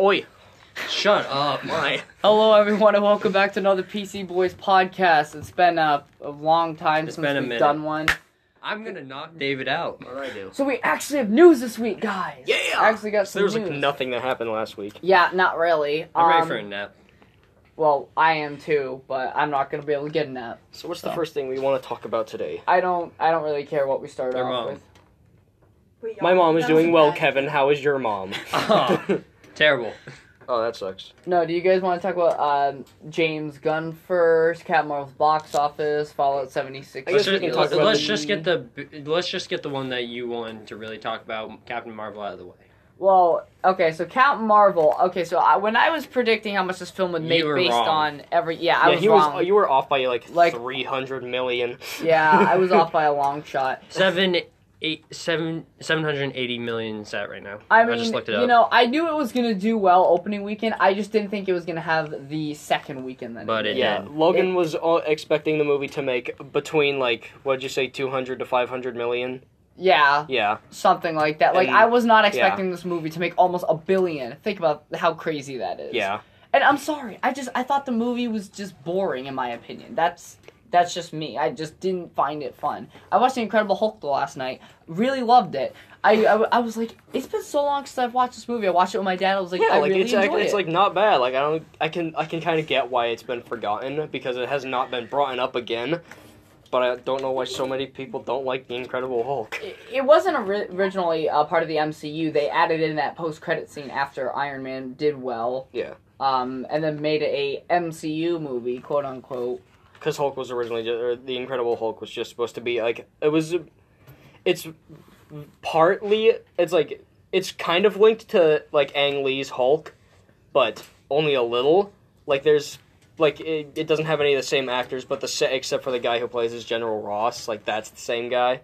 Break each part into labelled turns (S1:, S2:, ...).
S1: Oi,
S2: Shut up.
S1: why?
S3: Hello, everyone, and welcome back to another PC Boys podcast. It's been uh, a long time
S1: It's
S3: since
S1: been a
S3: we've
S1: minute.
S3: done one.
S2: I'm gonna knock David out.
S1: What do I do?
S3: So we actually have news this week, guys.
S1: Yeah!
S3: actually got
S1: So
S3: some
S1: there was
S3: news.
S1: like nothing that happened last week.
S3: Yeah, not really.
S2: I'm ready
S3: Um,
S2: for a nap.
S3: Well, I am too, but I'm not gonna be able to get in that.
S1: So what's
S3: Oh.
S1: the first thing we want to talk about today?
S3: I don't. I don't really care what we start
S2: Their
S3: off
S2: mom.
S3: with.
S4: Wait,
S1: My
S4: y'all-
S1: mom is
S4: that was
S1: doing well,
S4: bad.
S1: Kevin. How is your mom?
S2: Oh. Terrible.
S1: oh, that sucks.
S3: No, do you guys want to talk about um, James Gunn first? Cat Marvel's box office, Fallout 76.
S1: I
S2: Let's,
S1: guess
S2: just,
S1: we can talk
S2: let's,
S1: about
S2: let's
S1: the-
S2: just get the let's just get the one that you wanted to really talk about, Captain Marvel, out of the way.
S3: Well, okay, so Captain Marvel. Okay, so I, when I was predicting how much this film would
S2: You
S3: make
S2: were
S3: based
S2: wrong.
S3: on every, yeah, I
S1: yeah,
S3: was
S1: he
S3: wrong.
S1: was. You were off by like,
S3: Like-
S1: three hundred million.
S3: yeah, I was off by a long shot.
S2: Seven, eight, seven, seven hundred eighty million is that right now?
S3: I mean,
S2: just looked it
S3: you
S2: up.
S3: know, I knew it was gonna do well opening weekend. I just didn't think it was gonna have the second weekend that
S2: But
S3: it
S2: it
S3: did.
S1: Yeah,
S2: did.
S1: Logan was all expecting the movie to make between like what'd you say, two hundred to five hundred million?
S3: yeah,
S1: Yeah,
S3: something like that. Like
S1: And-
S3: I was not expecting this movie to make almost a billion. Think about how crazy that is.
S1: yeah.
S3: And I'm sorry. I just I thought the movie was just boring in my opinion. That's that's just me. I just didn't find it fun. I watched The Incredible Hulk the last night. Really loved it. I, I, I was like, it's been so long since I've watched this movie. I watched it with my dad. I was like,
S1: yeah,
S3: I
S1: like
S3: really
S1: it's
S3: enjoyed
S1: act- it's
S3: it.
S1: like not bad. Like I don't, I can, I can kind of get why it's been forgotten because it has not been brought up again. But I don't know why so many people don't like the Incredible Hulk.
S3: It- it wasn't ori- originally uh, part of the MCU. They added in that post-credit scene after Iron Man did well,
S1: Yeah,
S3: um, and then made it a MCU movie, quote unquote.
S1: because Hulk was originally just, or the Incredible Hulk was just supposed to be like it was. It's partly it's like it's kind of linked to like Ang Lee's Hulk, but only a little. Like there's like it, it doesn't have any of the same actors, but the set except for the guy who plays as General Ross, like that's the same guy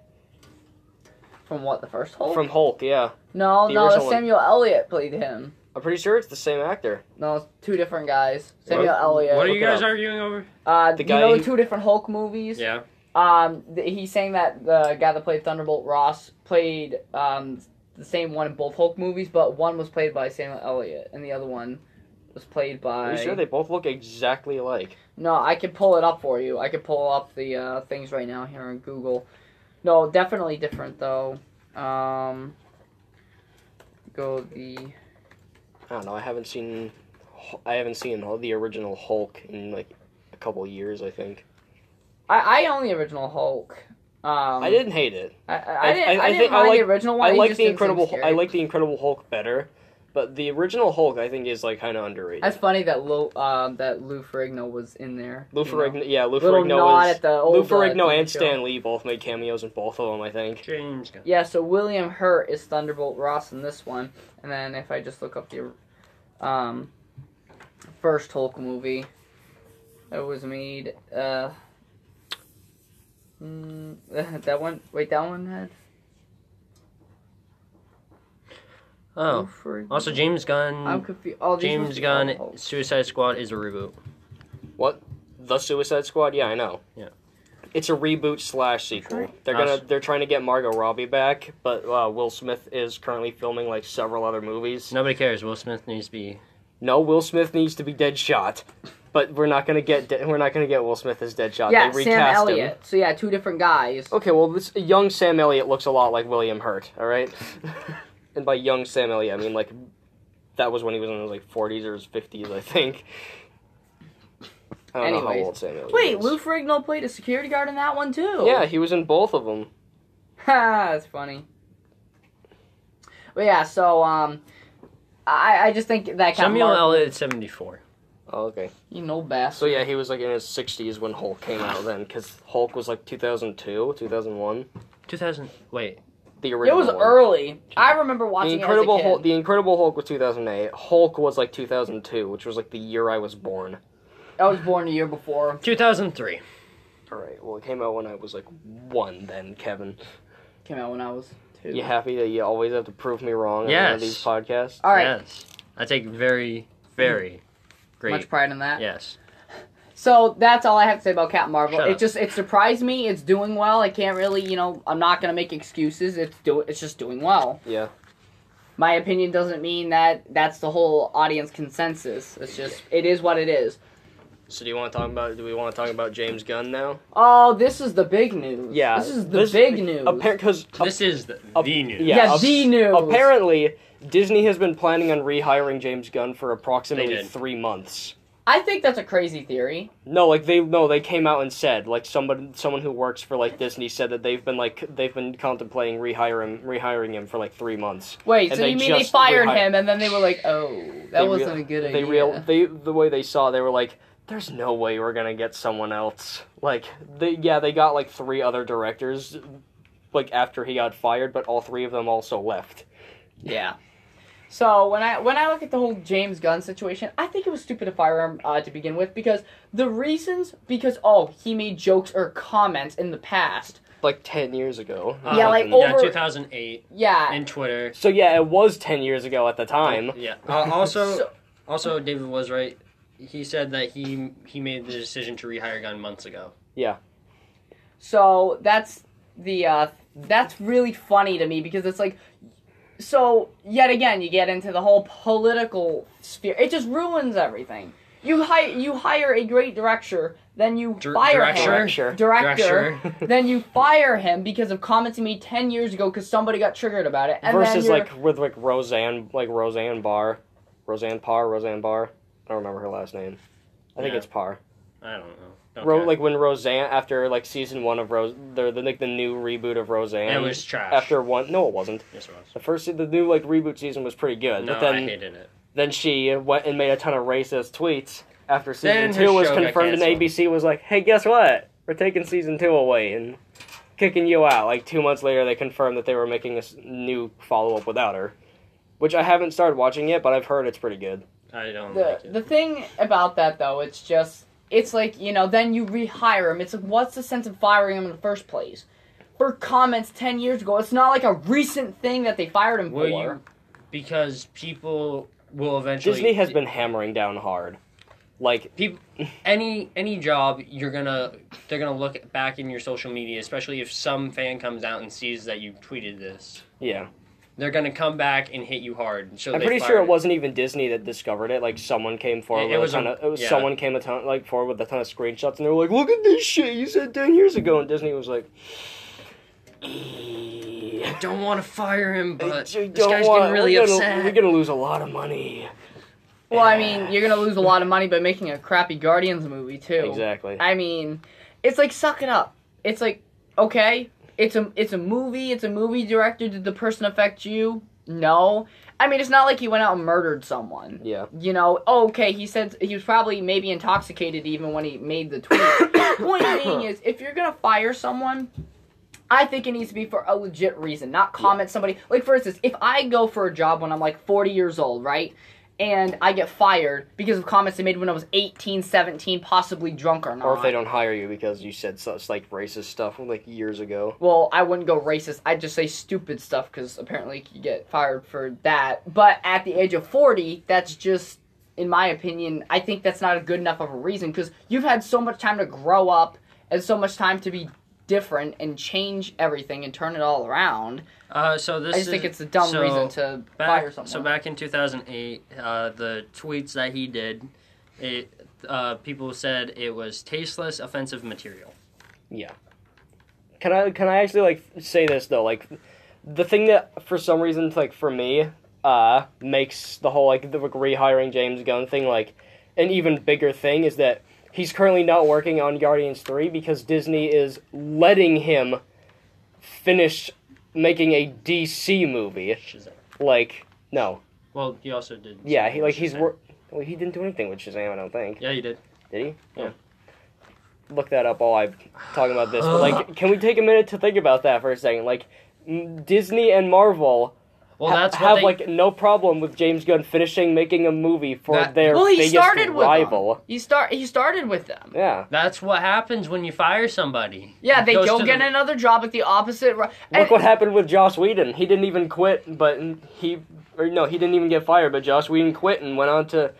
S3: From what the first Hulk?
S1: from Hulk. Yeah.
S3: no,
S1: the
S3: no,
S1: original one.
S3: Samuel Elliott played him.
S1: I'm pretty sure it's the same actor.
S3: No, it's two different guys. Samuel
S2: What-
S3: Elliott.
S2: What are
S1: look
S2: you
S1: it
S2: guys
S1: up.
S2: arguing over?
S3: uh,
S1: The
S3: you
S1: guy
S3: know the
S1: who-
S3: two different Hulk movies.
S2: Yeah.
S3: Um, th- he's saying that the guy that played Thunderbolt Ross played um the same one in both Hulk movies, but one was played by Samuel Elliott and the other one was played by.
S1: Are you sure they both look exactly alike?
S3: No, I could pull it up for you. I could pull up the uh, things right now here on Google. No, definitely different though. Um, go the
S1: I don't know. I haven't seen, I haven't seen all the original Hulk in like a couple years. I think
S3: I I own the original Hulk. Um,
S1: I didn't hate it.
S3: I, I,
S1: I-
S3: I didn't. I,
S1: I- I
S3: didn't
S1: think I
S3: mind
S1: like-
S3: the original one.
S1: I
S3: it
S1: like
S3: just
S1: the
S3: didn't seem
S1: Incredible. Hul- I
S3: scary.
S1: like the Incredible Hulk better, but the original Hulk I think is like kind of underrated.
S3: That's funny that Lou, um, that Lou Ferrigno was in there.
S1: Lou
S3: you know?
S1: Ferrigno, yeah, Lou
S3: Little
S1: Ferrigno
S3: nod
S1: is
S3: at the old.
S1: Lou
S3: uh,
S1: Ferrigno
S3: TV
S1: and
S3: show.
S1: Stan Lee both made cameos in both of them. I think.
S2: James. Gunn.
S3: Yeah, so William Hurt is Thunderbolt Ross in this one, and then if I just look up the um, first Hulk movie, it was made. Uh, mm, that one. Wait, that one had. Lou
S2: Oh.
S3: Ferrigno?
S2: Also, James
S3: I'm
S2: Gunn.
S3: confused. Oh, these must
S2: James
S3: be all
S2: Gunn
S3: Hulk.
S2: Suicide Squad is a reboot.
S1: The Suicide Squad. Yeah, I know.
S2: Yeah.
S1: It's a reboot slash sequel.
S3: Right.
S1: They're
S2: Nice.
S1: gonna they're trying to get Margot Robbie back, but uh, Will Smith is currently filming like several other movies.
S2: Nobody cares. Will Smith needs to be.
S1: No, Will Smith needs to be Deadshot, but we're not gonna get de- we're not gonna get Will Smith as Deadshot.
S3: Yeah,
S1: they
S3: Sam
S1: recast
S3: Elliott.
S1: him.
S3: So yeah, two different guys.
S1: Okay, well, this young Sam Elliott looks a lot like William Hurt. All right, and by young Sam Elliott, I mean like that was when he was in his like 40s or his 50s, I think. I don't know
S3: Anyways.
S1: how old Sam Elliott.
S3: Wait,
S1: is.
S3: Lou Ferrigno played a security guard in that one too.
S1: Yeah, he was in both of them.
S3: Ha, that's funny. But yeah, so um, I I just think that kind
S2: Samuel
S3: of
S2: Elliott is 74.
S1: Oh, okay.
S3: you know best.
S1: So yeah, he was like in his 60s when Hulk came out then, because Hulk was like 2002, 2001.
S2: 2000. Wait.
S1: The
S3: it
S1: original.
S3: was
S1: one.
S3: early. I remember
S1: The
S3: watching
S1: Incredible
S3: it as a kid.
S1: Hulk. The Incredible Hulk was 2008. Hulk was like 2002, which was like the year I was born.
S3: I was born a year before.
S2: 2003.
S1: All right. Well, it came out when I was like one. Then Kevin,
S3: Came out when I was two.
S1: you happy that you always have to prove me wrong on one of
S2: Yes.
S1: these podcasts?
S3: All right.
S2: Yes. I take very, very great.
S3: Much pride in that.
S2: Yes.
S3: So that's all I have to say about Captain Marvel.
S2: Shut
S3: it
S2: up.
S3: just it surprised me. It's doing well. I can't really, you know, I'm not gonna make excuses. It's do it's just doing well.
S1: Yeah.
S3: my opinion doesn't mean that that's the whole audience consensus. It's just it is what it is.
S1: So do you want to talk about? Do we want to talk about James Gunn now?
S3: Oh, this is the big news.
S1: Yeah,
S3: this is the big news.
S1: Because
S2: This is the,
S1: a-
S2: the news.
S1: yeah.
S3: yeah,
S1: ap-
S3: the news.
S1: apparently Disney has been planning on rehiring James Gunn for
S2: They
S1: approximately
S2: did.
S1: three months.
S3: I think that's a crazy theory.
S1: No, like they no, they came out and said like someone someone who works for like Disney said that they've been like they've been contemplating rehiring rehiring him for like three months.
S3: Wait,
S1: And
S3: so
S1: they
S3: you mean they
S1: just
S3: fired
S1: rehired-
S3: him and then they were like, "Oh, that
S1: They
S3: wasn't
S1: real-
S3: a good idea."
S1: They real they the way they saw they were like, there's no way we're gonna get someone else. Like they yeah they got like three other directors, like after he got fired, but all three of them also left.
S3: Yeah. So when I when I look at the whole James Gunn situation, I think it was stupid to fire him uh, to begin with because the reasons because oh he made jokes or comments in the past.
S1: Like ten years ago.
S2: Uh,
S3: Yeah, like,
S1: Something.
S3: over-
S2: yeah, 2008
S3: Yeah.
S2: and Twitter.
S1: So yeah, it was ten years ago at the time.
S2: Yeah. Uh, also,
S3: So-
S2: also David was right. He said that he he made the decision to rehire Gunn months ago.
S3: So that's the uh that's really funny to me because it's like so yet again you get into the whole political sphere. It just ruins everything. You hire you hire a great director, then you
S2: Dir-
S3: fire him.
S2: director?
S1: Director.
S3: Director,
S2: Director.
S3: then you fire him because of comments he made ten years ago because somebody got triggered about it. And then
S1: Versus
S3: you're-
S1: like with like Roseanne like Roseanne Barr, Roseanne Parr, Roseanne Barr. I don't remember her last name. I think
S2: Yeah.
S1: it's Parr.
S2: I don't know. Don't
S1: Ro-
S2: care.
S1: like when Roseanne after like season one of Rose, the, the like the new reboot of Roseanne.
S2: it was trash.
S1: after one. No, it wasn't.
S2: yes, it was.
S1: The first se- the new like reboot season was pretty good,
S2: No,
S1: but then
S2: I hated it.
S1: then she went and made a ton of racist tweets after
S2: Then
S1: season
S2: her
S1: two was
S2: show got
S1: confirmed, and
S2: canceled.
S1: ABC was like, "Hey, guess what? We're taking season two away and kicking you out." Like two months later, they confirmed that they were making a s- new follow up without her, which I haven't started watching yet, but I've heard it's pretty good.
S2: I don't
S3: the
S2: like it.
S3: the thing about that though, it's just it's like you know then you rehire him. It's like what's the sense of firing him in the first place for comments ten years ago? It's not like a recent thing that they fired him
S2: Will
S3: for.
S2: you? Because people will eventually.
S1: Disney has been hammering down hard, like
S2: People, any any job you're gonna they're gonna look back in your social media, especially if some fan comes out and sees that you tweeted this.
S1: yeah.
S2: They're gonna come back and hit you hard. So
S1: I'm
S2: they
S1: pretty sure
S2: fired-
S1: it wasn't even Disney that discovered it. Like someone came forward
S2: It- it
S1: with
S2: was
S1: a ton
S2: a-
S1: of it was
S2: yeah.
S1: someone came a ton like forward with a ton of screenshots, and they were like, "Look at this shit you said ten years ago," and Disney was like.
S2: I don't want to fire him,
S1: I
S2: but
S1: just
S2: this
S1: don't
S2: guy's
S1: want-
S2: getting really
S1: we're gonna,
S2: upset.
S1: We're gonna lose a lot of money.
S3: Well, I mean, you're gonna lose a lot of money by making a crappy Guardians movie too.
S1: Exactly.
S3: I mean, it's like suck it up. It's like okay, it's a it's a movie. It's a movie director. Did the person affect you? No. I mean, it's not like he went out and murdered someone.
S1: Yeah.
S3: you know, oh, okay, he said he was probably maybe intoxicated even when he made the tweet. Point being is, if you're gonna fire someone, I think it needs to be for a legit reason, not comment somebody. Like for instance, if I go for a job when I'm like 40 years old, right? And I get fired because of comments they made when I was 18, 17, possibly drunk or not.
S1: Or if they don't hire you because you said such like racist stuff like years ago.
S3: Well, I wouldn't go racist. I'd just say stupid stuff because apparently you get fired for that. But at the age of 40, that's just, in my opinion, I think that's not a good enough of a reason because you've had so much time to grow up and so much time to be different and change everything and turn it all around.
S2: Uh, so this
S3: I just
S2: is,
S3: think it's a dumb
S2: so
S3: reason to
S2: back,
S3: fire someone.
S2: So back in 2008, uh, the tweets that he did, it uh, people said it was tasteless, offensive material.
S1: Can I can I actually like say this though? Like the thing that for some reason like for me uh makes the whole like the like, rehiring James Gunn thing like an even bigger thing is that he's currently not working on Guardians 3 because Disney is letting him finish making a DC movie.
S2: Shazam.
S1: Like no,
S2: Well, he also did.
S1: Yeah, he like he's
S2: Shazam.
S1: wor- well, he didn't do anything with Shazam. I don't think
S2: Yeah, he did.
S1: did he?
S2: Yeah.
S1: Look that up while I'm talking about this. But like, can we take a minute to think about that for a second? Like, m- Disney and Marvel
S2: Well,
S1: ha-
S2: that's what
S1: have
S2: they-
S1: like no problem with James Gunn finishing making a movie for
S2: That-
S1: their
S3: well, he
S1: biggest
S3: started with
S1: rival.
S3: them. He start he started with them.
S1: Yeah.
S2: That's what happens when you fire somebody.
S3: Yeah, they
S2: Goes
S3: go
S2: to
S3: get
S2: the-
S3: another job at the opposite. ri-
S1: Look
S3: and-
S1: what happened with Joss Whedon. He didn't even quit, but he or no, he didn't even get fired. But Joss Whedon quit and went on to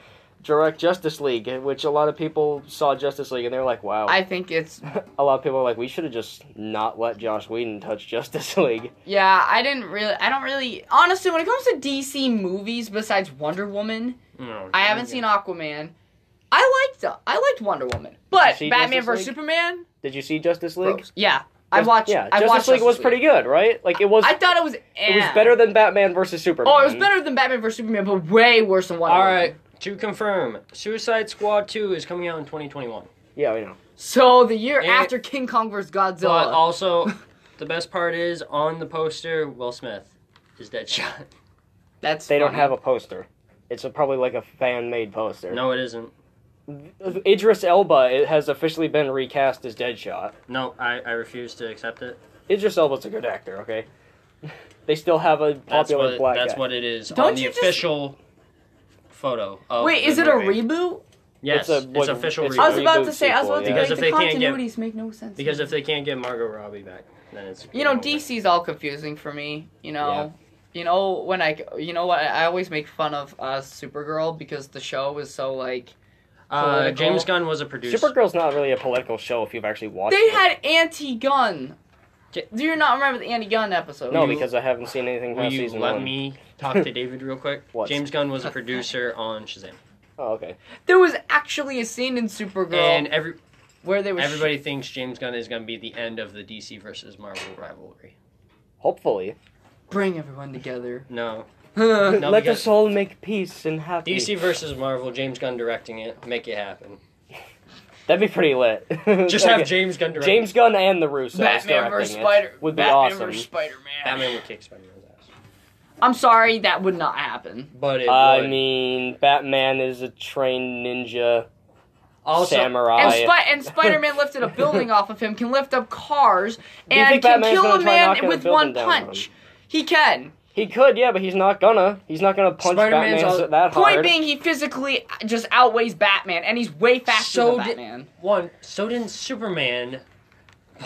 S1: direct Justice League, which a lot of people saw Justice League and they were like, "Wow."
S3: I think it's
S1: a lot of people are like, "We should have just not let Josh Whedon touch Justice League."
S3: yeah. I didn't really. I don't really. Honestly, when it comes to DC movies, besides Wonder Woman,
S2: No,
S1: Oh,
S3: I haven't seen Aquaman. I liked uh, I liked Wonder Woman, but
S1: see
S3: Batman
S1: Justice
S3: vs
S1: League?
S3: Superman.
S1: Did you see Justice League?
S2: Gross.
S3: Yeah, I
S1: Just-
S3: watched.
S1: Yeah,
S3: I
S1: Justice
S3: watched
S1: League was pretty good, right? Like it was.
S3: I thought it was.
S1: it was
S3: eh.
S1: better than Batman versus Superman.
S3: Oh, it was better than Batman vs Superman, but way worse than Wonder
S2: All
S3: Woman.
S2: right. To confirm, Suicide Squad 2 is coming out in 2021.
S1: Yeah, I know.
S3: So the year
S2: It-
S3: after King Kong vs Godzilla.
S2: But also, the best part is on the poster, Will Smith is Deadshot.
S3: that's
S1: They don't
S3: funny.
S1: have a poster. It's a, probably like a fan made poster.
S2: No, it isn't.
S1: Idris Elba it has officially been recast as Deadshot.
S2: No, I, I refuse to accept it.
S1: Idris Elba's a good actor, okay? they still have a
S2: That's
S1: popular
S2: what
S1: black
S2: that's
S1: guy.
S2: what it is
S3: Don't
S2: on the
S3: you just-
S2: official photo. Of
S3: Wait,
S2: the
S3: is it a
S2: movie.
S3: reboot?
S2: Yes,
S1: It's
S2: it's,
S1: a- like,
S2: official
S1: it's
S2: reboot.
S1: a
S3: I was about
S1: Reboot
S3: to say. I was about to say
S1: sequel,
S2: yeah.
S3: the
S2: Because if they can't
S3: continuities make no sense.
S2: Because if they can't get Margot Robbie back, then it's
S3: you know
S2: over.
S3: DC's all confusing for me. You know, you know when I you know what I always make fun of uh, Supergirl because the show is so like
S2: Uh,
S3: political.
S2: James Gunn was a producer.
S1: Supergirl's not really a political show if you've actually watched
S3: they
S1: it.
S3: had anti-gun.
S2: J-
S3: Do you not remember the anti-gun episode?
S1: no,
S2: you-
S1: because I haven't seen anything
S2: Will
S1: past
S2: you
S1: season
S2: let
S1: one.
S2: me talk to David real quick?
S1: What?
S2: James Gunn was a producer on Shazam,
S1: Oh, okay.
S3: there was actually a scene in Supergirl
S2: and every
S3: where they were. oh, sh-
S2: everybody thinks James Gunn is going to be the end of the DC versus Marvel rivalry.
S1: Hopefully.
S3: bring everyone together.
S2: No,
S3: no,
S2: No,
S1: Let
S2: because-
S1: us all make peace and happy.
S2: DC versus Marvel, James Gunn directing it, make it happen.
S1: That'd be pretty lit.
S2: Just have
S1: Okay.
S2: James Gunn direct.
S1: James Gunn and the Russos
S3: Batman
S1: directing
S3: versus
S1: it
S3: Spider.
S1: would be
S3: Batman
S1: awesome.
S3: versus Spider-Man.
S2: Batman would kick Spider Man's ass,
S3: I'm sorry, that would not happen.
S2: but it
S1: I
S2: would.
S1: mean, Batman is a trained ninja
S2: also
S1: samurai.
S3: and, Spi- and Spider-Man lifted a building off of him, can lift up cars,
S1: Do you
S3: and
S1: think
S3: can
S1: Batman's
S3: kill
S1: gonna
S3: a
S1: try knocking
S3: man
S1: a
S3: with
S1: building
S3: one
S1: down on
S3: punch. He can.
S1: He could, yeah, but he's not gonna. He's not gonna punch
S2: Spider-Man's
S1: Batman
S2: all-
S1: that
S3: Point
S1: hard.
S3: being, he physically just outweighs Batman, and he's way faster
S2: So
S3: than
S2: did-
S3: Batman.
S2: one. So didn't Superman.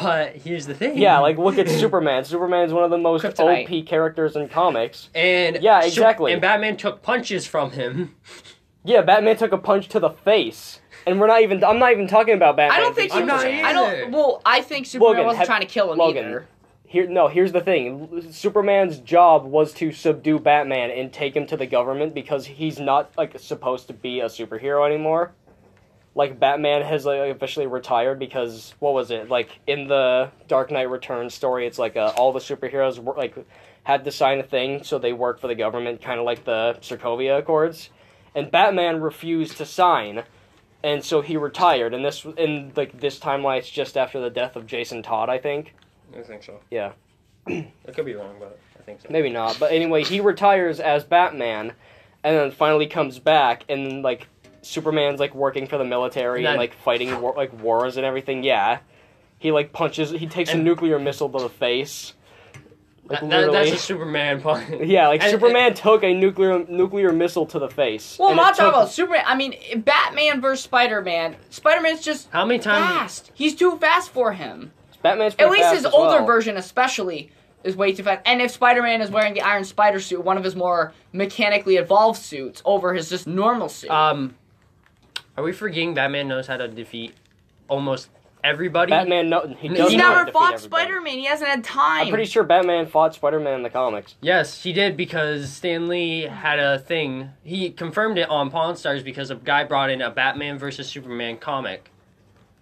S2: But here's the thing.
S1: yeah, like look at Superman. Superman's one of the most
S3: Kryptonite.
S1: OP characters in comics.
S2: and
S1: Yeah,
S2: Sup-
S1: exactly.
S2: and Batman took punches from him.
S1: Yeah, Batman took a punch to the face, and we're not even. I'm not even talking about Batman.
S3: I don't think he
S1: versus
S2: I'm
S3: was.
S2: not
S1: Superman.
S3: I
S2: either.
S3: don't. Well, I think Superman
S1: Logan,
S3: wasn't
S1: have-
S3: trying to kill him
S1: Logan.
S3: either.
S1: Here, no. Here's the thing. Superman's job was to subdue Batman and take him to the government because he's not like supposed to be a superhero anymore. Like Batman has like officially retired because what was it like in the Dark Knight Returns story? It's like uh, all the superheroes were, like had to sign a thing so they work for the government, kind of like the Sokovia Accords. And Batman refused to sign, and so he retired. And this in like this timeline, it's just after the death of Jason Todd, I think.
S2: I think so.
S1: Yeah.
S2: I could be wrong, but I think so.
S1: maybe not but anyway he retires as batman and then finally comes back and then like superman's like working for the military
S2: And
S1: and,
S2: then-
S1: like fighting war- like wars and everything yeah he like punches he takes a
S2: And-
S1: nuclear missile to the face
S2: That-
S1: like
S2: that-
S1: literally
S2: that's a Superman punch.
S1: yeah like
S2: And- uh,
S1: superman took a nuclear nuclear missile to the face
S3: Well, I'm
S1: and it
S3: not talking
S1: took-
S3: about Superman. I mean, Batman versus Spider-Man. Spider-Man's just
S2: How many times?
S3: fast. He's too fast for him.
S1: batman's
S3: At
S1: pretty
S3: least
S1: fast
S3: his
S1: as
S3: older
S1: well.
S3: version, especially, is way too fast. And if Spider-Man is wearing the Iron Spider suit, one of his more mechanically evolved suits, over his just normal suit.
S2: Um, are we forgetting Batman knows how to defeat almost everybody?
S1: batman no he,
S2: He
S1: does
S3: he
S1: not
S3: never
S1: defeat
S3: fought
S1: everybody.
S3: Spider-Man. He hasn't had time.
S1: i'm pretty sure batman fought spider-man in the comics
S2: Yes, he did because Stanley had a thing. He confirmed it on Pawn Stars because a guy brought in a Batman versus Superman comic.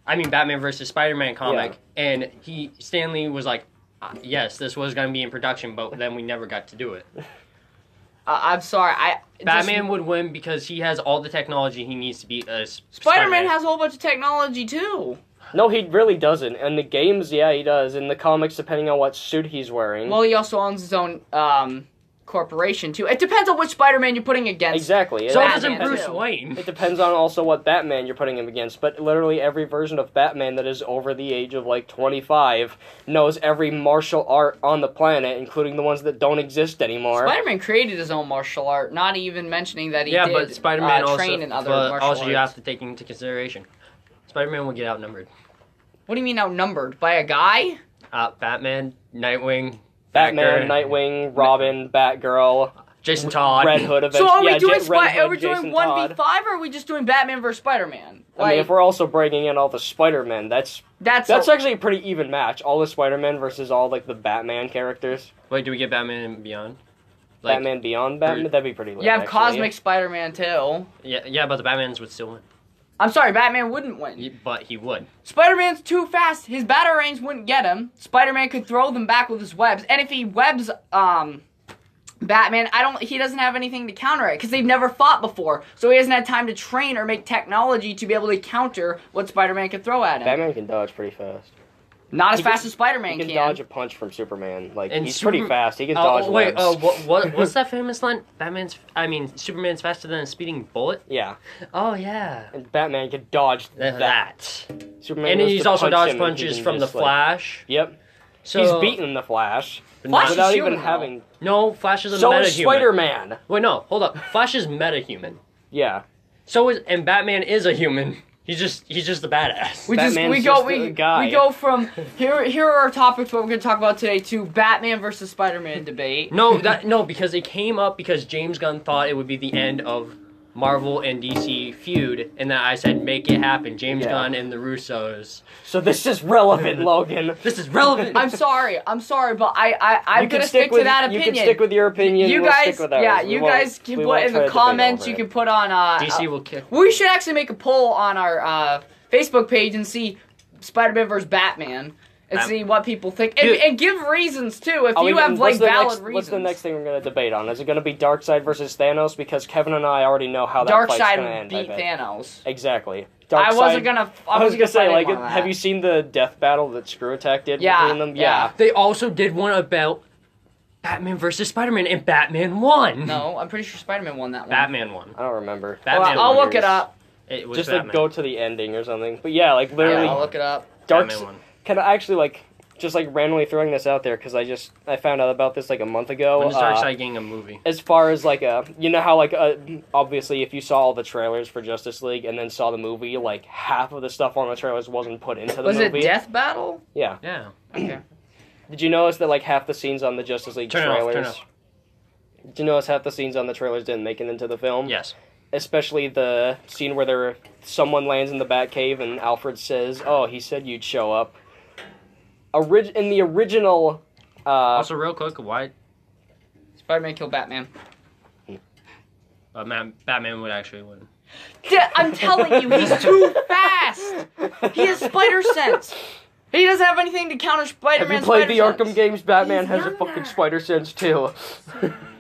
S2: I mean, Batman versus Spider-Man comic, and he Stanley was like, "Ah, "Yes, this was going to be in production, but then we never got to do it."
S3: Uh, I'm sorry. I just-
S2: Batman would win because he has all the technology he needs to be a s-
S3: Spider-Man has a whole bunch of technology too.
S2: Mm-hmm.
S1: No, he really doesn't. In the games, yeah, he does. In the comics, depending on what suit he's wearing.
S3: Well, he also owns his own um, corporation too. It depends on which Spider-Man you're putting against.
S1: exactly. It-
S2: So
S1: it
S2: doesn't
S1: depends-
S2: Bruce
S3: too.
S2: Wayne.
S1: It depends on also what Batman you're putting him against, but literally every version of Batman that is over the age of like 25 knows every martial art on the planet, including the ones that don't exist anymore.
S3: Spider-Man created his own martial art, not even mentioning that he
S2: yeah,
S3: did
S2: but Spider-Man
S3: uh,
S2: also.
S3: train in other
S2: but
S3: martial
S2: also, you
S3: arts.
S2: have to take into consideration, Spider-Man will get outnumbered.
S3: What do you mean outnumbered by a guy?
S2: Uh, Batman, Nightwing,
S1: Batman,
S2: Batgirl.
S1: Nightwing, Robin, Batgirl.
S2: Jason Todd.
S1: Red Hood
S3: So
S1: eventually.
S3: are we
S1: yeah,
S3: doing
S1: Ja-
S3: Spi-
S1: Red Hood,
S3: are we doing
S1: Jason
S3: one v
S1: Todd.
S3: five or are we just doing Batman versus Spider Man?
S1: I mean, if we're also bringing in all the Spider Men, that's
S3: that's
S1: that's
S3: a-
S1: actually a pretty even match. All the Spider Men versus all like the Batman characters.
S2: Wait, do we get Batman and Beyond? Like,
S1: Batman Beyond Batman. That'd be pretty. Lit,
S4: You have
S1: actually.
S4: Cosmic Spider Man too.
S2: Yeah, yeah, but the Batman's would still win.
S3: I'm sorry, Batman wouldn't win.
S2: He- But he would.
S3: Spider Man's too fast. His batarangs wouldn't get him. Spider Man could throw them back with his webs, and if he webs um Batman, I don't. He doesn't have anything to counter it because they've never fought before, so he hasn't had time to train or make technology to be able to counter what Spider Man could throw at him.
S1: Batman can dodge pretty fast.
S3: Not as
S1: He
S3: fast
S1: can-
S3: as Spider
S1: He
S3: Man
S1: can
S3: can.
S1: dodge a punch from Superman. Like
S2: And
S1: he's
S2: Super-
S1: pretty fast. He can
S2: Oh,
S1: dodge.
S2: oh, wait,
S1: webs.
S2: oh, what, what, what's that famous line? Batman's, I mean, Superman's faster than a speeding bullet?
S1: Yeah,
S2: Oh, yeah.
S1: and Batman can dodge
S2: That.
S1: that. Superman
S2: And
S1: goes
S2: he's
S1: to
S2: also
S1: punch him
S2: dodged
S1: and he
S2: punches
S1: can
S2: from The
S1: just, like-
S2: Flash.
S1: yep,
S2: So,
S1: he's beaten the Flash,
S2: Flash
S1: without
S3: is
S1: even
S3: human, though.
S1: having.
S2: No, Flash is a
S1: So
S2: metahuman.
S1: is Spider Man.
S2: Wait, no, hold up. Flash is metahuman.
S1: Yeah,
S2: So is, and Batman is a human. He's just, he's just a badass.
S3: We just we
S1: Batman's
S3: go
S1: just
S3: we,
S1: a guy.
S3: we go from here here are our topics what we're gonna talk about today to Batman versus Spider Man debate.
S2: No, that no, because it came up because James Gunn thought it would be the end of Marvel and DC feud, and then I said make it happen. James
S1: Yeah.
S2: Gunn and the Russos.
S1: so this is relevant, Logan.
S2: This is relevant.
S3: I'm sorry, I'm sorry, but I I I'm
S1: You can
S3: gonna stick,
S1: with,
S3: to that
S1: You
S3: opinion.
S1: can stick with your opinion.
S3: You
S1: we'll
S3: guys,
S1: stick with ours.
S3: yeah,
S1: We
S3: you
S1: won't-
S3: guys can
S1: we
S3: put
S1: won't
S3: in
S1: try
S3: the
S1: to debate
S3: comments.
S1: over
S3: You
S1: it.
S3: can put on. Uh,
S2: DC
S3: uh,
S2: will kick.
S3: we should actually make a poll on our uh, Facebook page and see Spider-Man versus Batman and
S2: Bat-
S3: see what people think and,
S2: Dude.
S3: and give reasons too if
S1: Are we
S3: you
S1: gonna-
S3: have like
S1: Oh, what's the
S3: valid
S1: next,
S3: reasons.
S1: What's the next thing we're gonna debate on? Is it gonna be Darkseid versus Thanos? Because Kevin and I already know how Oh, that
S3: Dark
S1: fight's
S3: Side
S1: gonna end. I
S3: beat
S1: bet.
S3: Thanos.
S1: Exactly.
S3: I
S1: Darkseid-
S3: wasn't gonna.
S1: I was gonna say, like,
S3: have
S1: have you seen the death battle that Screw Attack did
S3: Yeah,
S1: between them?
S3: yeah.
S2: They also did one about Batman versus Spider Man, and Batman won.
S4: No, I'm pretty sure Spider Man won that one.
S2: Batman won.
S1: I don't remember.
S3: Well,
S2: Batman.
S3: I'll
S2: won.
S3: look it up.
S2: It was
S1: Just
S2: Batman.
S1: like go to the ending or something. But yeah, like
S4: Yeah,
S1: literally,
S4: I'll look it up.
S1: Dark.
S2: Batman won.
S1: Can I actually like just like randomly throwing this out there because I just I found out about this like a month ago.
S2: When is
S1: uh,
S2: Darkseid getting a movie?
S1: as far as like uh you know how like uh, obviously if you saw all the trailers for Justice League and then saw the movie like half of the stuff on the trailers wasn't put into the
S4: Was
S1: movie.
S4: it Death Battle?
S1: Yeah.
S2: Yeah.
S4: Okay.
S1: Did you notice that like half the scenes on the Justice League
S2: Turn it off, turn
S1: trailers?
S2: it
S1: Did you notice half the scenes on the trailers didn't make it into the film?
S2: Yes.
S1: Especially the scene where there someone lands in the Batcave and Alfred says, "Oh, he said you'd show up." Orig- in the original uh
S2: Also, real quick, why
S4: Spider Man killed Batman.
S2: uh, Man- Batman would actually win?
S3: D- I'm telling you, he's too fast. He has spider sense. He doesn't have anything to counter
S1: Have you
S3: Spider-Man's
S1: played the
S3: spider
S1: Arkham games? Batman
S3: He's
S1: has a
S3: not.
S1: fucking spider sense too.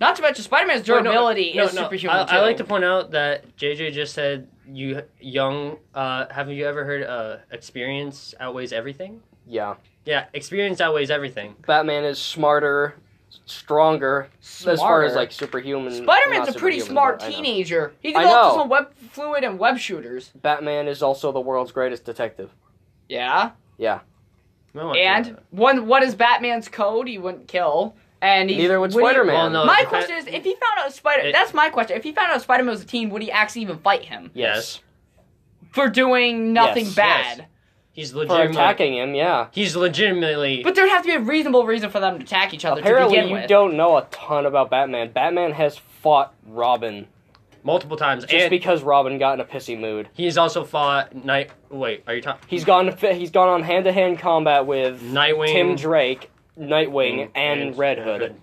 S4: Not to mention Spider Man's
S2: Wait, no,
S4: durability
S2: no,
S4: is
S2: no,
S4: superhuman.
S2: I,
S4: too.
S2: I like to point out that JJ just said you young. Uh, have you ever heard uh, experience outweighs everything?
S1: yeah.
S2: Yeah, experience outweighs everything.
S1: Batman is smarter, stronger, as far as
S4: Smarter.
S1: like superhuman.
S3: Spider-Man's
S1: not
S3: a pretty
S1: superhuman,
S3: smart
S1: but I know.
S3: teenager. He
S1: I
S3: developed his
S1: know.
S3: own web fluid and web shooters.
S1: Batman is also the world's greatest detective.
S3: Yeah.
S2: No one said
S3: And one, what is Batman's code? He wouldn't kill. And he,
S1: Neither would
S3: he-
S1: Spider-Man.
S2: Well, no,
S3: my
S2: the fa-
S3: question is, if he found out Spider,
S2: It-
S3: that's my question. If he found out Spider-Man was a team, would he actually even fight him
S2: Yes.
S3: for doing nothing
S1: Yes,
S3: bad?
S2: yes. He's
S1: For
S2: legitimately.
S1: attacking him, yeah.
S2: He's legitimately.
S3: But there'd have to be a reasonable reason for them to attack each other
S1: Apparently,
S3: to begin
S1: you
S3: with.
S1: don't know a ton about Batman. Batman has fought Robin
S2: multiple times,
S1: just
S2: and
S1: because Robin got in a pissy mood.
S2: he's also fought night. Wait, are you talking?
S1: He's gone. He's gone on hand to hand combat with
S2: Nightwing,
S1: Tim Drake, Nightwing, and, Red Hood.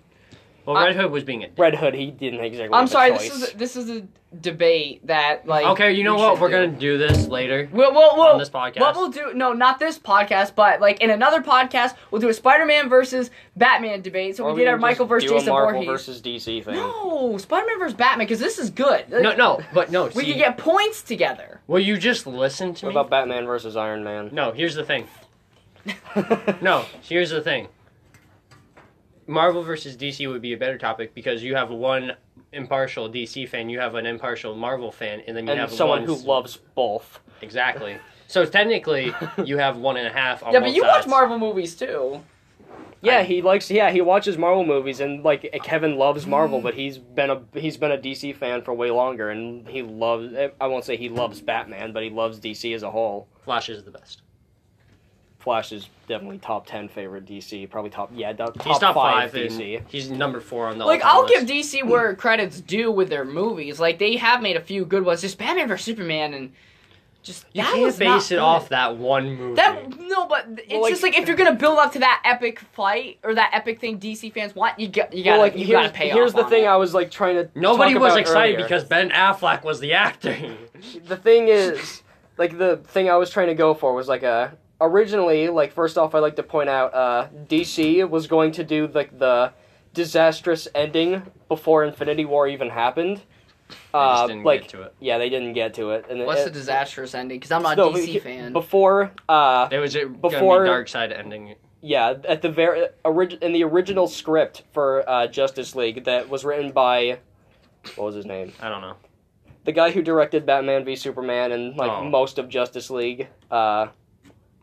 S2: Well,
S3: I-
S2: Red Hood was being it.
S1: Red Hood, he didn't exactly.
S3: I'm
S1: have a
S3: sorry. This
S1: choice.
S3: is this is a debate that like.
S2: Okay, you know
S3: we
S2: what?
S3: should
S2: We're
S3: do.
S2: gonna do this later
S3: We'll, we'll, we'll,
S2: on this podcast.
S3: What we'll do? No, not this podcast, but like in another podcast, we'll do a Spider-Man versus Batman debate. So
S1: Or
S3: we did
S1: can
S3: our
S1: just
S3: Michael versus
S1: do a
S3: Jason
S1: Marvel
S3: Voorhees.
S1: versus DC thing.
S3: No, Spider-Man versus Batman because this is good.
S2: no, no, but no.
S3: we
S2: see,
S3: could get points together.
S2: Will you just listen to
S1: What
S2: me?
S1: about Batman versus Iron Man?
S2: No, here's the thing. No, here's the thing. Marvel versus DC would be a better topic because you have one impartial DC fan, you have an impartial Marvel fan, and then you
S1: and
S2: have
S1: someone
S2: one
S1: who loves both.
S2: exactly. So technically, you have one and a half. On
S3: Yeah,
S2: both
S3: but you
S2: sides.
S3: watch Marvel movies too.
S1: Yeah,
S2: I-
S1: he likes. Yeah, he watches Marvel movies, and like Kevin loves Marvel, but he's been a he's been a DC fan for way longer, and he loves. I won't say he loves Batman, but he loves DC as a whole.
S2: Flash is the best.
S1: Flash is definitely top ten favorite DC. Probably top yeah, top,
S2: He's top, five. in-
S1: DC.
S2: he's number four on the.
S3: Like
S2: all-time
S3: I'll
S2: list.
S3: give DC
S1: Hmm.
S3: where credits due with their movies. Like they have made a few good ones. Just Batman vs Superman and just
S2: You
S3: that
S2: can't
S3: was not
S2: base it
S3: good.
S2: off that one movie.
S3: That no, but it's
S1: Well, like-
S3: just like if you're gonna build up to that epic fight or that epic thing DC fans want, you got you gotta
S1: Well, like
S3: you
S1: here's,
S3: gotta pay
S1: here's
S3: off
S1: the
S3: on
S1: thing
S3: it.
S1: I was like trying to
S2: Nobody
S1: talk
S2: was
S1: about
S2: excited
S1: earlier.
S2: because Ben Affleck was the actor.
S1: the thing is, like the thing I was trying to go for was like a originally like first off I'd like to point out uh, DC was going to do like the disastrous ending before Infinity War even happened.
S2: I just
S1: Uh,
S2: didn't
S1: like
S2: get to it.
S1: yeah, they didn't get to it. And
S3: What's
S1: it,
S3: the disastrous ending? Because I'm not
S1: No,
S3: a
S1: but he-
S3: DC fan.
S1: before uh,
S2: It was it
S1: Before-
S2: gonna be Dark Side ending.
S1: Yeah, at the very orig- in the original script for uh, Justice League that was written by what was his name?
S2: I don't know.
S1: The guy who directed Batman v Superman and like
S2: Oh.
S1: most of Justice League. Uh,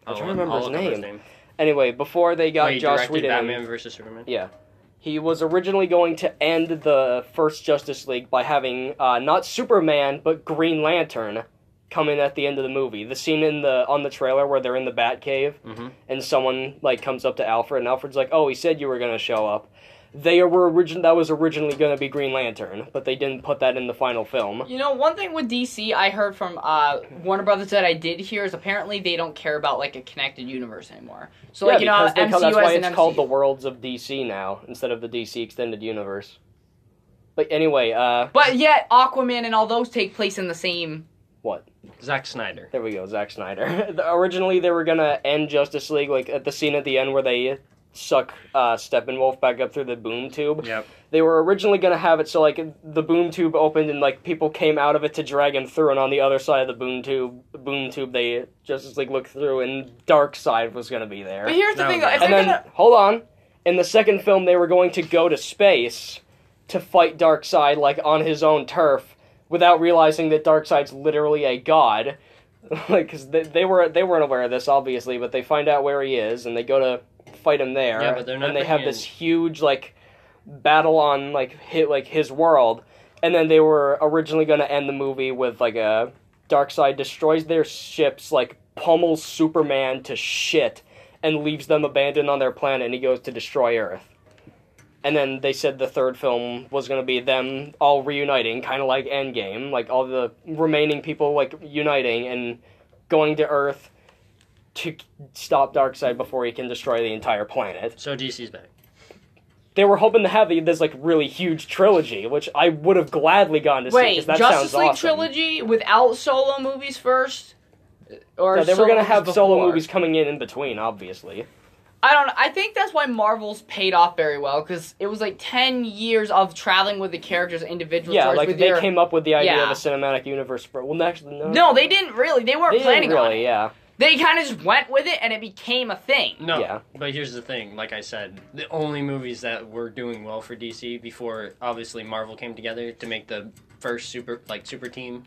S2: I'll,
S1: trying to remember
S2: I'll
S1: his
S2: look up
S1: name. anyway, before they got
S2: Wait,
S1: Joss
S2: directed
S1: Whedon, in,
S2: Batman versus Superman.
S1: he was originally going to end the first Justice League by having uh, not Superman but Green Lantern come in at the end of the movie. The scene in the on the trailer where they're in the Batcave
S2: Mhm.
S1: and someone like comes up to Alfred and Alfred's like, "Oh, he said you were gonna show up." They were origin that was originally gonna be Green Lantern, but they didn't put that in the final film.
S3: You know, one thing with DC I heard from uh, Warner Brothers that I did hear is apparently they don't care about like a connected universe anymore. So like you know,
S1: they
S3: MCU
S1: call- that's why
S3: has
S1: it's
S3: an
S1: called the
S3: MCU.
S1: Worlds of DC now instead of the DC Extended Universe. But anyway, uh,
S3: But yet Aquaman and all those take place in the same.
S2: Zack Snyder.
S1: There we go, Zack Snyder. The- Originally, they were gonna end Justice League like at the scene at the end where they suck uh, Steppenwolf back up through the boom tube.
S2: Yep.
S1: They were originally gonna have it so like the boom tube opened and like people came out of it to drag him through, and on the other side of the boom tube, boom tube, they Justice League looked through, and Dark Side was gonna be there.
S3: But here's the
S2: No,
S3: thing though,
S2: no.
S3: if
S1: and
S3: they're
S1: then
S3: gonna
S1: hold on, in the second film, they were going to go to space to fight Dark Side like on his own turf without realizing that Darkseid's literally a god. like, cause they, they were they weren't aware of this obviously, but they find out where he is and they go to fight him there.
S2: Yeah, but they're not
S1: and they have
S2: bringing
S1: this huge like battle on like hit like his world, and then they were originally going to end the movie with like a Darkseid destroys their ships, like pummels Superman to shit, and leaves them abandoned on their planet, and he goes to destroy Earth. And then they said the third film was going to be them all reuniting, kind of like Endgame, like all the remaining people like uniting and going to Earth to stop Darkseid before he can destroy the entire planet.
S2: So DC's back.
S1: They were hoping to have this like really huge trilogy, which I would have gladly gone to see
S3: wait
S1: because that
S3: Justice
S1: sounds
S3: League
S1: awesome.
S3: trilogy without solo movies first. Or
S1: No, they were
S3: solo
S1: gonna have
S3: movies
S1: solo
S3: before?
S1: movies coming in in between, obviously.
S3: I don't. I think that's why Marvel's paid off very well because it was like ten years of traveling with the characters individually.
S1: yeah, like
S3: with
S1: they
S3: your-
S1: came up with the idea of
S3: Yeah.
S1: a cinematic universe. For, well, actually, no,
S3: No, they didn't really. They weren't
S1: they didn't
S3: planning
S1: really,
S3: on it.
S1: yeah,
S3: They kind of just went with it, and it became a thing.
S2: No,
S1: Yeah.
S2: but here's the thing. Like I said, the only movies that were doing well for DC before obviously Marvel came together to make the first super like super team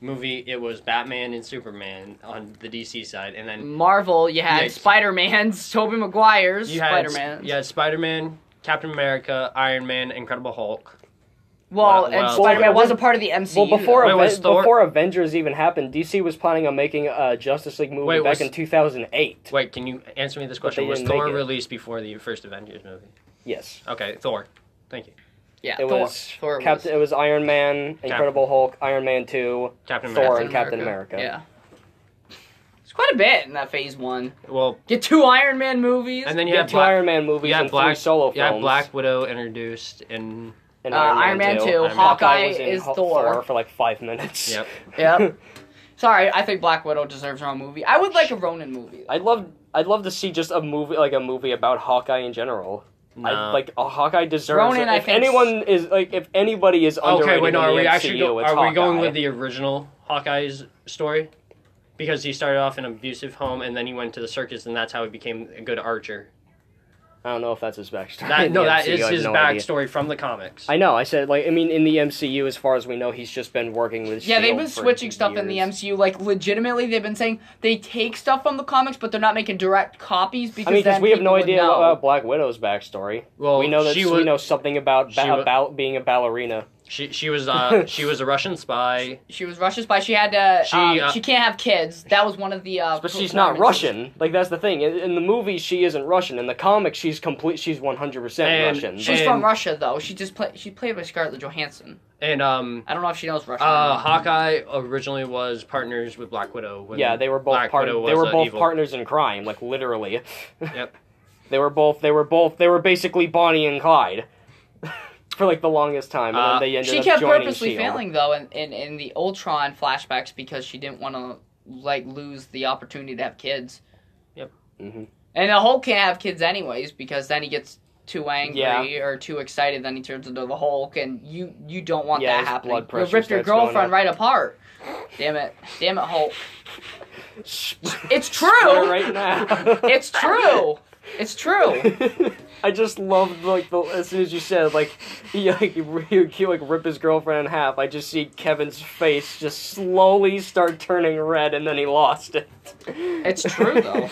S2: movie, it was Batman and Superman on the DC side, and then
S3: Marvel, you had
S2: Yeah.
S3: Spider Man's, Tobey Maguire's,
S1: Mm,
S2: you had
S3: Spider Man's.
S2: you had Spider Man, Captain America, Iron Man, Incredible Hulk.
S3: Well,
S2: Wow,
S3: and
S2: wow.
S3: Spider Man
S1: Well,
S3: was a part of the MCU.
S1: Well, before
S2: Wait,
S1: Aven-
S2: was Thor-
S1: before Avengers even happened, DC was planning on making a Justice League movie
S2: Wait,
S1: back
S2: was-
S1: in two thousand eight.
S2: Wait, can you answer me this
S1: But they
S2: question? Was
S1: didn't make
S2: Thor
S1: it.
S2: released before the first Avengers movie?
S1: Yes,
S2: Okay, Thor. Thank you,
S3: yeah,
S1: it
S3: Thor.
S1: was
S3: Thor was
S1: Captain. It was Iron Man, Incredible Hulk, Iron Man two,
S2: Captain
S1: Thor
S2: America.
S1: and Captain America.
S3: Yeah, it's quite a bit in that Phase One.
S2: Well,
S3: Get two Iron Man movies.
S2: and then you
S1: You
S2: had
S1: have two
S2: Black,
S1: Iron Man movies
S2: you had
S1: and three
S2: Black-
S1: solo films.
S2: you had Black Widow introduced, and
S1: and
S3: Uh, Iron Man 2,
S1: Iron
S3: Hawkeye
S1: was in
S3: is
S1: Ho-
S3: Thor.
S1: for like five minutes.
S2: Yep.
S3: Yep. Sorry, I think Black Widow deserves her own movie. I would like a Ronin movie.
S1: I'd love I'd love to see just a movie like a movie about Hawkeye in general. I,
S2: No.
S1: like a Hawkeye deserves.
S3: Ronan,
S1: it.
S3: I
S1: if
S3: think's-
S1: anyone is like if anybody is underrated
S2: Okay, wait, no,
S1: in
S2: are
S1: the
S2: we
S1: MCU,
S2: actually go-
S1: it's
S2: are we going
S1: Hawkeye.
S2: with the original Hawkeye's story? Because he started off in an abusive home and then he went to the circus and that's how he became a good archer.
S1: I don't know if that's his backstory.
S2: That,
S1: in
S2: no,
S1: the
S2: that
S1: MCU,
S2: is
S1: I have
S2: his
S1: no idea.
S2: backstory from the comics.
S1: I know. I said like I mean in the MCU, as far as we know, he's just been working with.
S3: Yeah, they've
S1: SHIELD
S3: been
S1: E for
S3: switching stuff in the
S1: years.
S3: MCU. Like, legitimately, they've been saying they take stuff from the comics, but they're not making direct copies because
S1: I mean, because
S3: then
S1: we have no
S3: people would
S1: idea uh,
S3: know.
S1: about Black Widow's backstory.
S2: well,
S1: we know that
S2: she
S1: she,
S2: was,
S1: knows something about
S2: she
S1: ba-
S2: wa-
S1: about being a ballerina.
S2: She she was uh she was a Russian spy.
S3: She was Russian spy. She had to.
S2: She,
S3: She, um,
S2: uh,
S3: she can't have kids. That was one of the. Uh,
S1: But she's not
S3: performances.
S1: Russian. Like that's the thing. In, in the movie, she isn't Russian. In the comic, she's complete. She's one hundred percent
S2: And
S1: Russian.
S2: she-
S3: She's from
S2: And-
S3: Russia though. She just play. She played by Scarlett Johansson.
S2: And um
S3: I don't know if she knows Russian. or
S2: uh
S3: not.
S2: Hawkeye originally was partners with Black Widow. When
S1: yeah, they were both
S2: Black
S1: part.
S2: Widow
S1: They
S2: was,
S1: were
S2: uh,
S1: both
S2: evil.
S1: partners in crime. Like literally.
S2: Yep.
S1: They were both. They were both. They were basically Bonnie and Clyde for like the longest time, and
S2: Uh,
S1: then they ended
S3: she
S1: up
S3: kept
S1: joining
S3: purposely
S1: SHIELD.
S3: failing though in, in, in the Ultron flashbacks because she didn't want to like lose the opportunity to have kids.
S2: Yep.
S1: Mhm.
S3: And the Hulk can't have kids anyways because then he gets too angry
S1: Yeah.
S3: or too excited, then he turns into the Hulk, and you you don't want
S1: Yeah,
S3: that
S1: his
S3: happening.
S1: blood
S3: you
S1: pressure
S3: ripped your
S1: starts going
S3: girlfriend
S1: up.
S3: right apart. Damn it! Damn it, Hulk! It's true.
S1: Swear Right now.
S3: It's true. It's true.
S1: I just loved like the as soon as you said like he like he would he, like rip his girlfriend in half. I just see Kevin's face just slowly start turning red, and then he lost it.
S3: It's true though.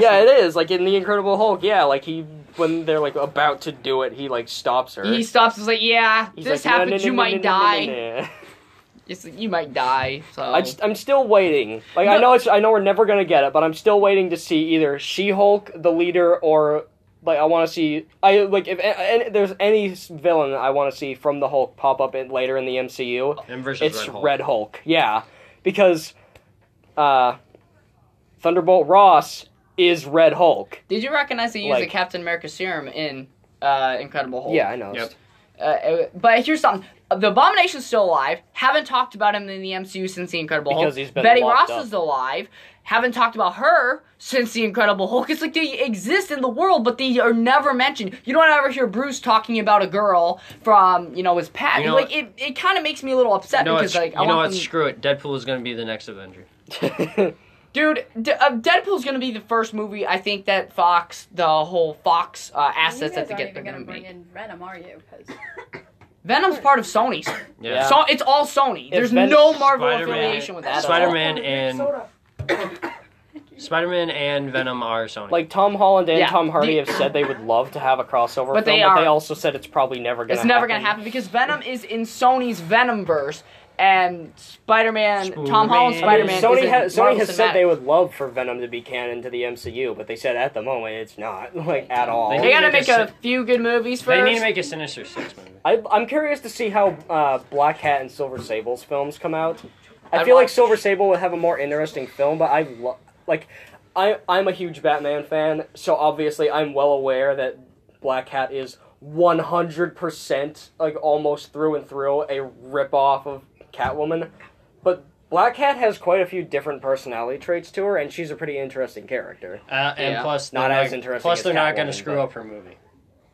S1: yeah, it is like in the Incredible Hulk. Yeah, like he when they're like about to do it, he like stops her.
S3: He stops. He's like, "Yeah,
S1: He's
S3: this
S1: like, "No, no,
S3: happens.
S1: no,
S3: You
S1: no,
S3: might
S1: no, no, no,
S3: die.
S1: no, no."
S3: It's like, you might die." So
S1: I just, I'm still waiting. Like I
S3: No.
S1: know it's I know we're never gonna get it, but I'm still waiting to see either She Hulk, the leader, or like I want to see I like if a- a- there's any s- villain I want to see from the Hulk pop up in, later in the MCU,
S2: And versus
S1: it's
S2: Red
S1: Red Hulk.
S2: Hulk.
S1: Yeah, because uh, Thunderbolt Ross is Red Hulk.
S3: Did you recognize they used
S1: Like-
S3: the Captain America serum in uh, Incredible Hulk?
S1: Yeah, I know.
S2: Yep.
S3: Uh, Uh, but here's something: the Abomination's still alive. Haven't talked about him in the MCU since the Incredible
S1: Because
S3: Hulk.
S1: he's been
S3: Betty
S1: locked
S3: Ross
S1: up.
S3: is alive. Haven't talked about her since the Incredible Hulk. It's like they exist in the world, but they are never mentioned. You don't ever hear Bruce talking about a girl from you know his past.
S2: You know
S3: like
S2: what-
S3: it, it kind of makes me a little upset
S2: You know
S3: because
S2: what?
S3: like I
S2: you know
S3: want
S2: what?
S3: them-
S2: Screw it. Deadpool is gonna be the next Avenger.
S3: Dude, D- uh, Deadpool's gonna be the first movie I think that Fox, the whole Fox uh, assets that they get, they're gonna
S5: bring
S3: make.
S5: in Venom, are you? 'Cause-
S3: Venom's part of Sony's.
S1: Yeah.
S3: So it's all Sony. There's
S1: Ven-
S3: no Marvel
S2: Spider-Man-
S3: affiliation with that. at all.
S2: Spider-Man and Spider-Man and Venom are Sony.
S1: Like Tom Holland and
S3: Yeah,
S1: Tom Hardy
S3: the-
S1: have said they would love to have a crossover
S3: But they
S1: film, but they
S3: aren't.
S1: also said it's probably never gonna
S3: It's never gonna happen because Venom is in Sony's Venomverse, and Spider-Man, Tom
S2: Spider-Man.
S3: Holland's
S1: I
S3: Spider-Man.
S1: mean,
S3: is
S1: Sony
S3: in
S1: has Sony
S3: Marvel
S1: has said
S3: Cinematic.
S1: they would love for Venom to be canon to the MCU, but they said at the moment it's not like at all.
S2: They
S3: They gotta
S2: make
S3: make
S2: a
S3: a few good movies
S2: they
S3: first.
S2: need to make a Sinister Six movie.
S1: I, I'm curious to see how uh, Black Cat and Silver Sable's films come out. I
S3: I'd
S1: feel like
S3: watch-
S1: Silver Sable would have a more interesting film, but I lo- like I I'm a huge Batman fan, so obviously I'm well aware that Black Cat is 100% like almost through and through a ripoff of Catwoman, but Black Cat has quite a few different personality traits to her, and she's a pretty interesting character.
S2: Uh, and
S3: Yeah.
S2: plus,
S1: Not
S2: they're
S1: as interesting
S2: Plus,
S1: as
S2: they're not
S1: Catwoman,
S2: going to screw
S1: but-
S2: up her movie.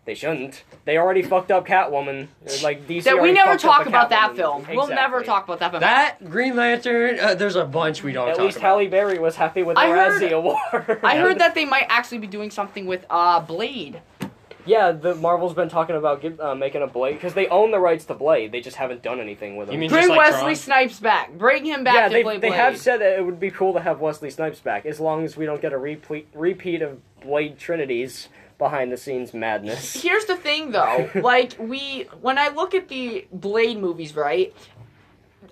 S1: They shouldn't. They already fucked up Catwoman. Like DC.
S3: that we
S1: already
S3: never
S1: fucked up
S3: talk
S1: a
S3: about that
S1: Catwoman.
S3: film. We'll never
S1: Exactly.
S3: talk about that film.
S2: That Green Lantern. Uh, there's a bunch we don't
S1: At
S2: talk
S1: least
S2: about.
S1: Halle Berry was happy with the
S3: I heard-
S1: Razzie Award.
S3: I heard that they might actually be doing something with uh Blade.
S1: Yeah, the Marvel's been talking about give, uh, making a Blade because they own the rights to Blade. They just haven't done anything with
S2: You
S1: them.
S2: mean-
S3: Bring
S2: just like
S3: Wesley
S2: Tron.
S3: Snipes back. Bring him back
S1: yeah,
S3: to
S1: they,
S3: play
S1: they
S3: Blade.
S1: have said that it would be cool to have Wesley Snipes back as long as we don't get a repeat repeat of Blade Trinity's behind the scenes madness.
S3: Here's the thing, though. like we, when I look at the Blade movies, right?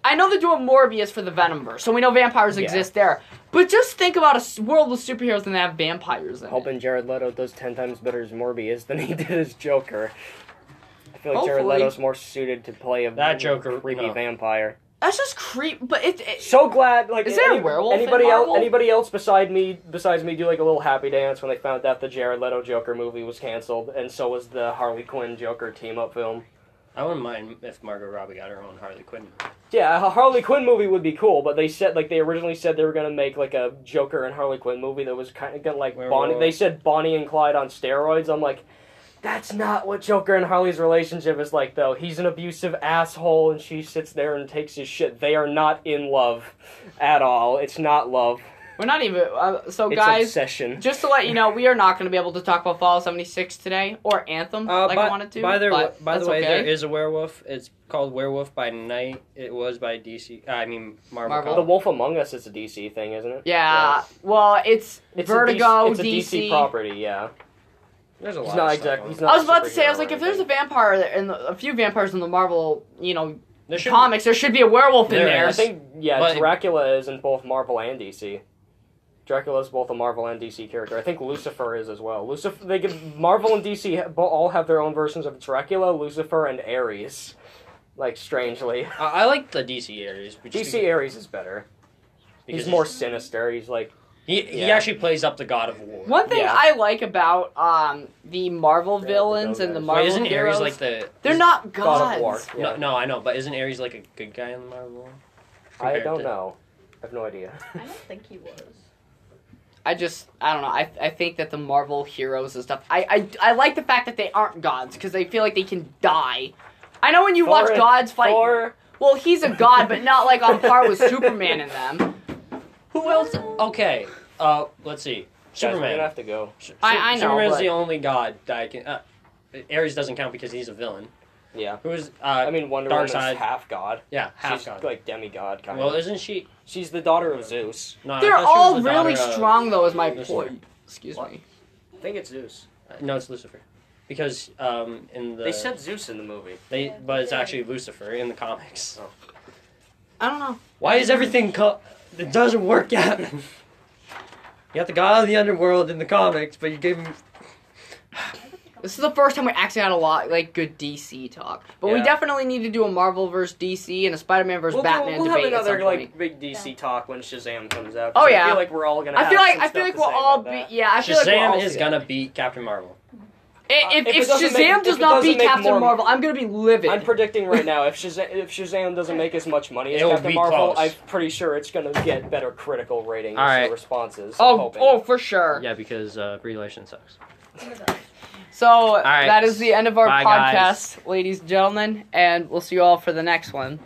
S3: I know they're doing Morbius for the Venomverse, so we know vampires
S1: Yeah.
S3: exist there. But just think about a s- world with superheroes and they have vampires in it.
S1: Hoping Jared Leto does ten times better as Morbius than he did as Joker. I feel like Jared
S3: Hopefully.
S1: Leto's more suited to play a
S2: That Joker,
S1: creepy
S2: no.
S1: vampire.
S3: That's just creep. But it, it
S1: So glad, like,
S3: Is there a werewolf in
S1: Anybody else?
S3: Marvel?
S1: Anybody else beside me? Besides me, do like a little happy dance when they found out the Jared Leto Joker movie was canceled, and so was the Harley Quinn Joker team up film.
S2: I wouldn't mind if Margot Robbie got her own Harley Quinn.
S1: Yeah, a Harley Quinn movie would be cool, but they said like they originally said they were gonna make like a Joker and Harley Quinn movie that was kind of gonna like
S2: Werewolf.
S1: Bonnie. They said Bonnie and Clyde on steroids. I'm like. That's not what Joker and Harley's relationship is like, though. He's an abusive asshole, and she sits there and takes his shit. They are not in love at all. It's not love.
S3: we're not even. Uh, so
S1: It's
S3: guys,
S1: obsession.
S3: just to let you know, we are not going to be able to talk about Fallout 76 today or Anthem
S1: Uh,
S3: like I wanted to.
S2: Uh, by the,
S3: but
S2: by the
S3: that's
S2: way,
S3: okay.
S2: there is a werewolf. It's called Werewolf by Night. It was by DC. I mean Marvel.
S3: Marvel.
S1: The Wolf Among Us is a DC thing, isn't it?
S3: Yeah. Well, it's,
S1: It's
S3: Vertigo,
S1: a DC, it's a DC, property, yeah.
S2: There's a lot.
S1: He's
S2: of
S1: not
S2: stuff
S1: exactly.
S2: on
S1: He's
S2: it.
S1: not
S3: I
S1: a
S3: was about to say, I
S1: superhero
S3: was like,
S1: or
S3: if there's a
S1: anything.
S3: vampire there, and a few vampires in the Marvel, you know,
S2: There should-
S3: comics, there should be a werewolf in
S2: There
S3: there.
S1: I
S2: is.
S1: think yeah,
S2: But-
S1: Dracula is in both Marvel and DC. Dracula is both a Marvel and DC character. I think Lucifer is as well. Lucifer, they give Marvel and DC ha- bo- all have their own versions of Dracula, Lucifer, and Ares. Like strangely,
S2: I, I like the DC Ares. but just
S1: DC Ares is better.
S2: because
S1: he's more sinister. He's like
S2: He he
S1: yeah.
S2: actually plays up the god of war.
S3: One thing
S1: Yeah.
S3: I like about um, the Marvel
S1: Yeah,
S3: villains
S1: the
S3: and the
S1: Wait,
S3: Marvel
S2: Wait, isn't
S3: heroes,
S2: Ares like the?
S3: they're not gods.
S1: God of War. Yeah.
S2: No, no, I know, but isn't Ares like a good guy in the Marvel? world?
S1: I
S2: compared
S1: don't
S2: to-
S1: know. I have no idea.
S5: I don't think he was.
S3: I just I don't know. I, I think that the Marvel heroes and stuff. I I, I like the fact that they aren't gods because they feel like they can die. I know when you watch
S1: Thor-
S3: gods fight.
S1: Thor,
S3: Well, he's a god, but not like on par with Superman and them.
S2: Who else? Okay, uh, let's see.
S1: Guys, we're gonna
S2: Superman.
S1: have to go.
S2: Su-
S3: I- I know,
S2: Superman's
S3: but-
S2: the only god that I can. Uh, Ares doesn't count because he's a villain.
S1: Yeah,
S2: Who is? Uh,
S1: I mean Wonder Woman's
S2: Darkseid.
S1: half god.
S2: yeah, half
S1: She's
S2: god.
S1: like demigod kind
S2: well,
S1: of.
S2: isn't she?
S1: She's the daughter of Zeus.
S2: No, Uh, I
S3: They're
S2: thought she
S3: all
S2: was the
S3: really
S2: daughter of-
S3: strong though. Is my
S2: Lucifer.
S3: point. Excuse
S1: What?
S3: me.
S1: I think it's Zeus.
S2: Uh, No, it's Lucifer, because um, in the
S1: They said Zeus in the movie.
S2: they,
S5: Yeah,
S2: but it's
S5: they did.
S2: actually Lucifer in the comics.
S3: I don't know.
S2: Why is everything co- that doesn't work out? you got the god of the underworld in the comics, but you gave him.
S3: This is the first time we actually had a lot like good DC talk, but we
S1: Yeah.
S3: definitely need to do a Marvel versus DC and a Spider-Man versus
S1: We'll, do-
S3: Batman
S1: we'll
S3: debate
S1: have
S3: at some
S1: another
S3: point.
S1: like big DC talk when Shazam comes out. 'cause
S3: Oh,
S1: I
S3: yeah.
S1: feel like we're all gonna.
S3: I feel
S1: have
S3: like
S1: some
S3: I feel
S1: stuff
S3: like
S1: to
S3: we'll
S1: say
S3: all
S1: about
S3: be
S1: that.
S3: yeah. I feel like we'll
S2: Shazam
S3: all
S2: is
S3: see
S2: gonna beat Captain Marvel.
S3: that. If,
S1: if it
S3: if,
S1: doesn't
S3: Shazam
S1: make- if
S3: does
S1: it
S3: not
S1: doesn't
S3: beat
S1: make
S3: Captain
S1: more-
S3: Marvel, I'm gonna be livid.
S1: I'm predicting right now if Shazam if Shazam doesn't make as much money as
S2: It'll
S1: Captain
S2: be
S1: Marvel,
S2: close.
S1: I'm pretty sure it's gonna get better critical ratings
S2: All right.
S1: and responses. I'm
S3: oh,
S1: hoping.
S3: oh, for sure.
S2: Yeah, because uh, Brie Larson sucks.
S3: So
S2: right.
S3: that is the end of our
S2: Bye,
S3: podcast,
S2: guys.
S3: ladies and gentlemen, and we'll see you all for the next one.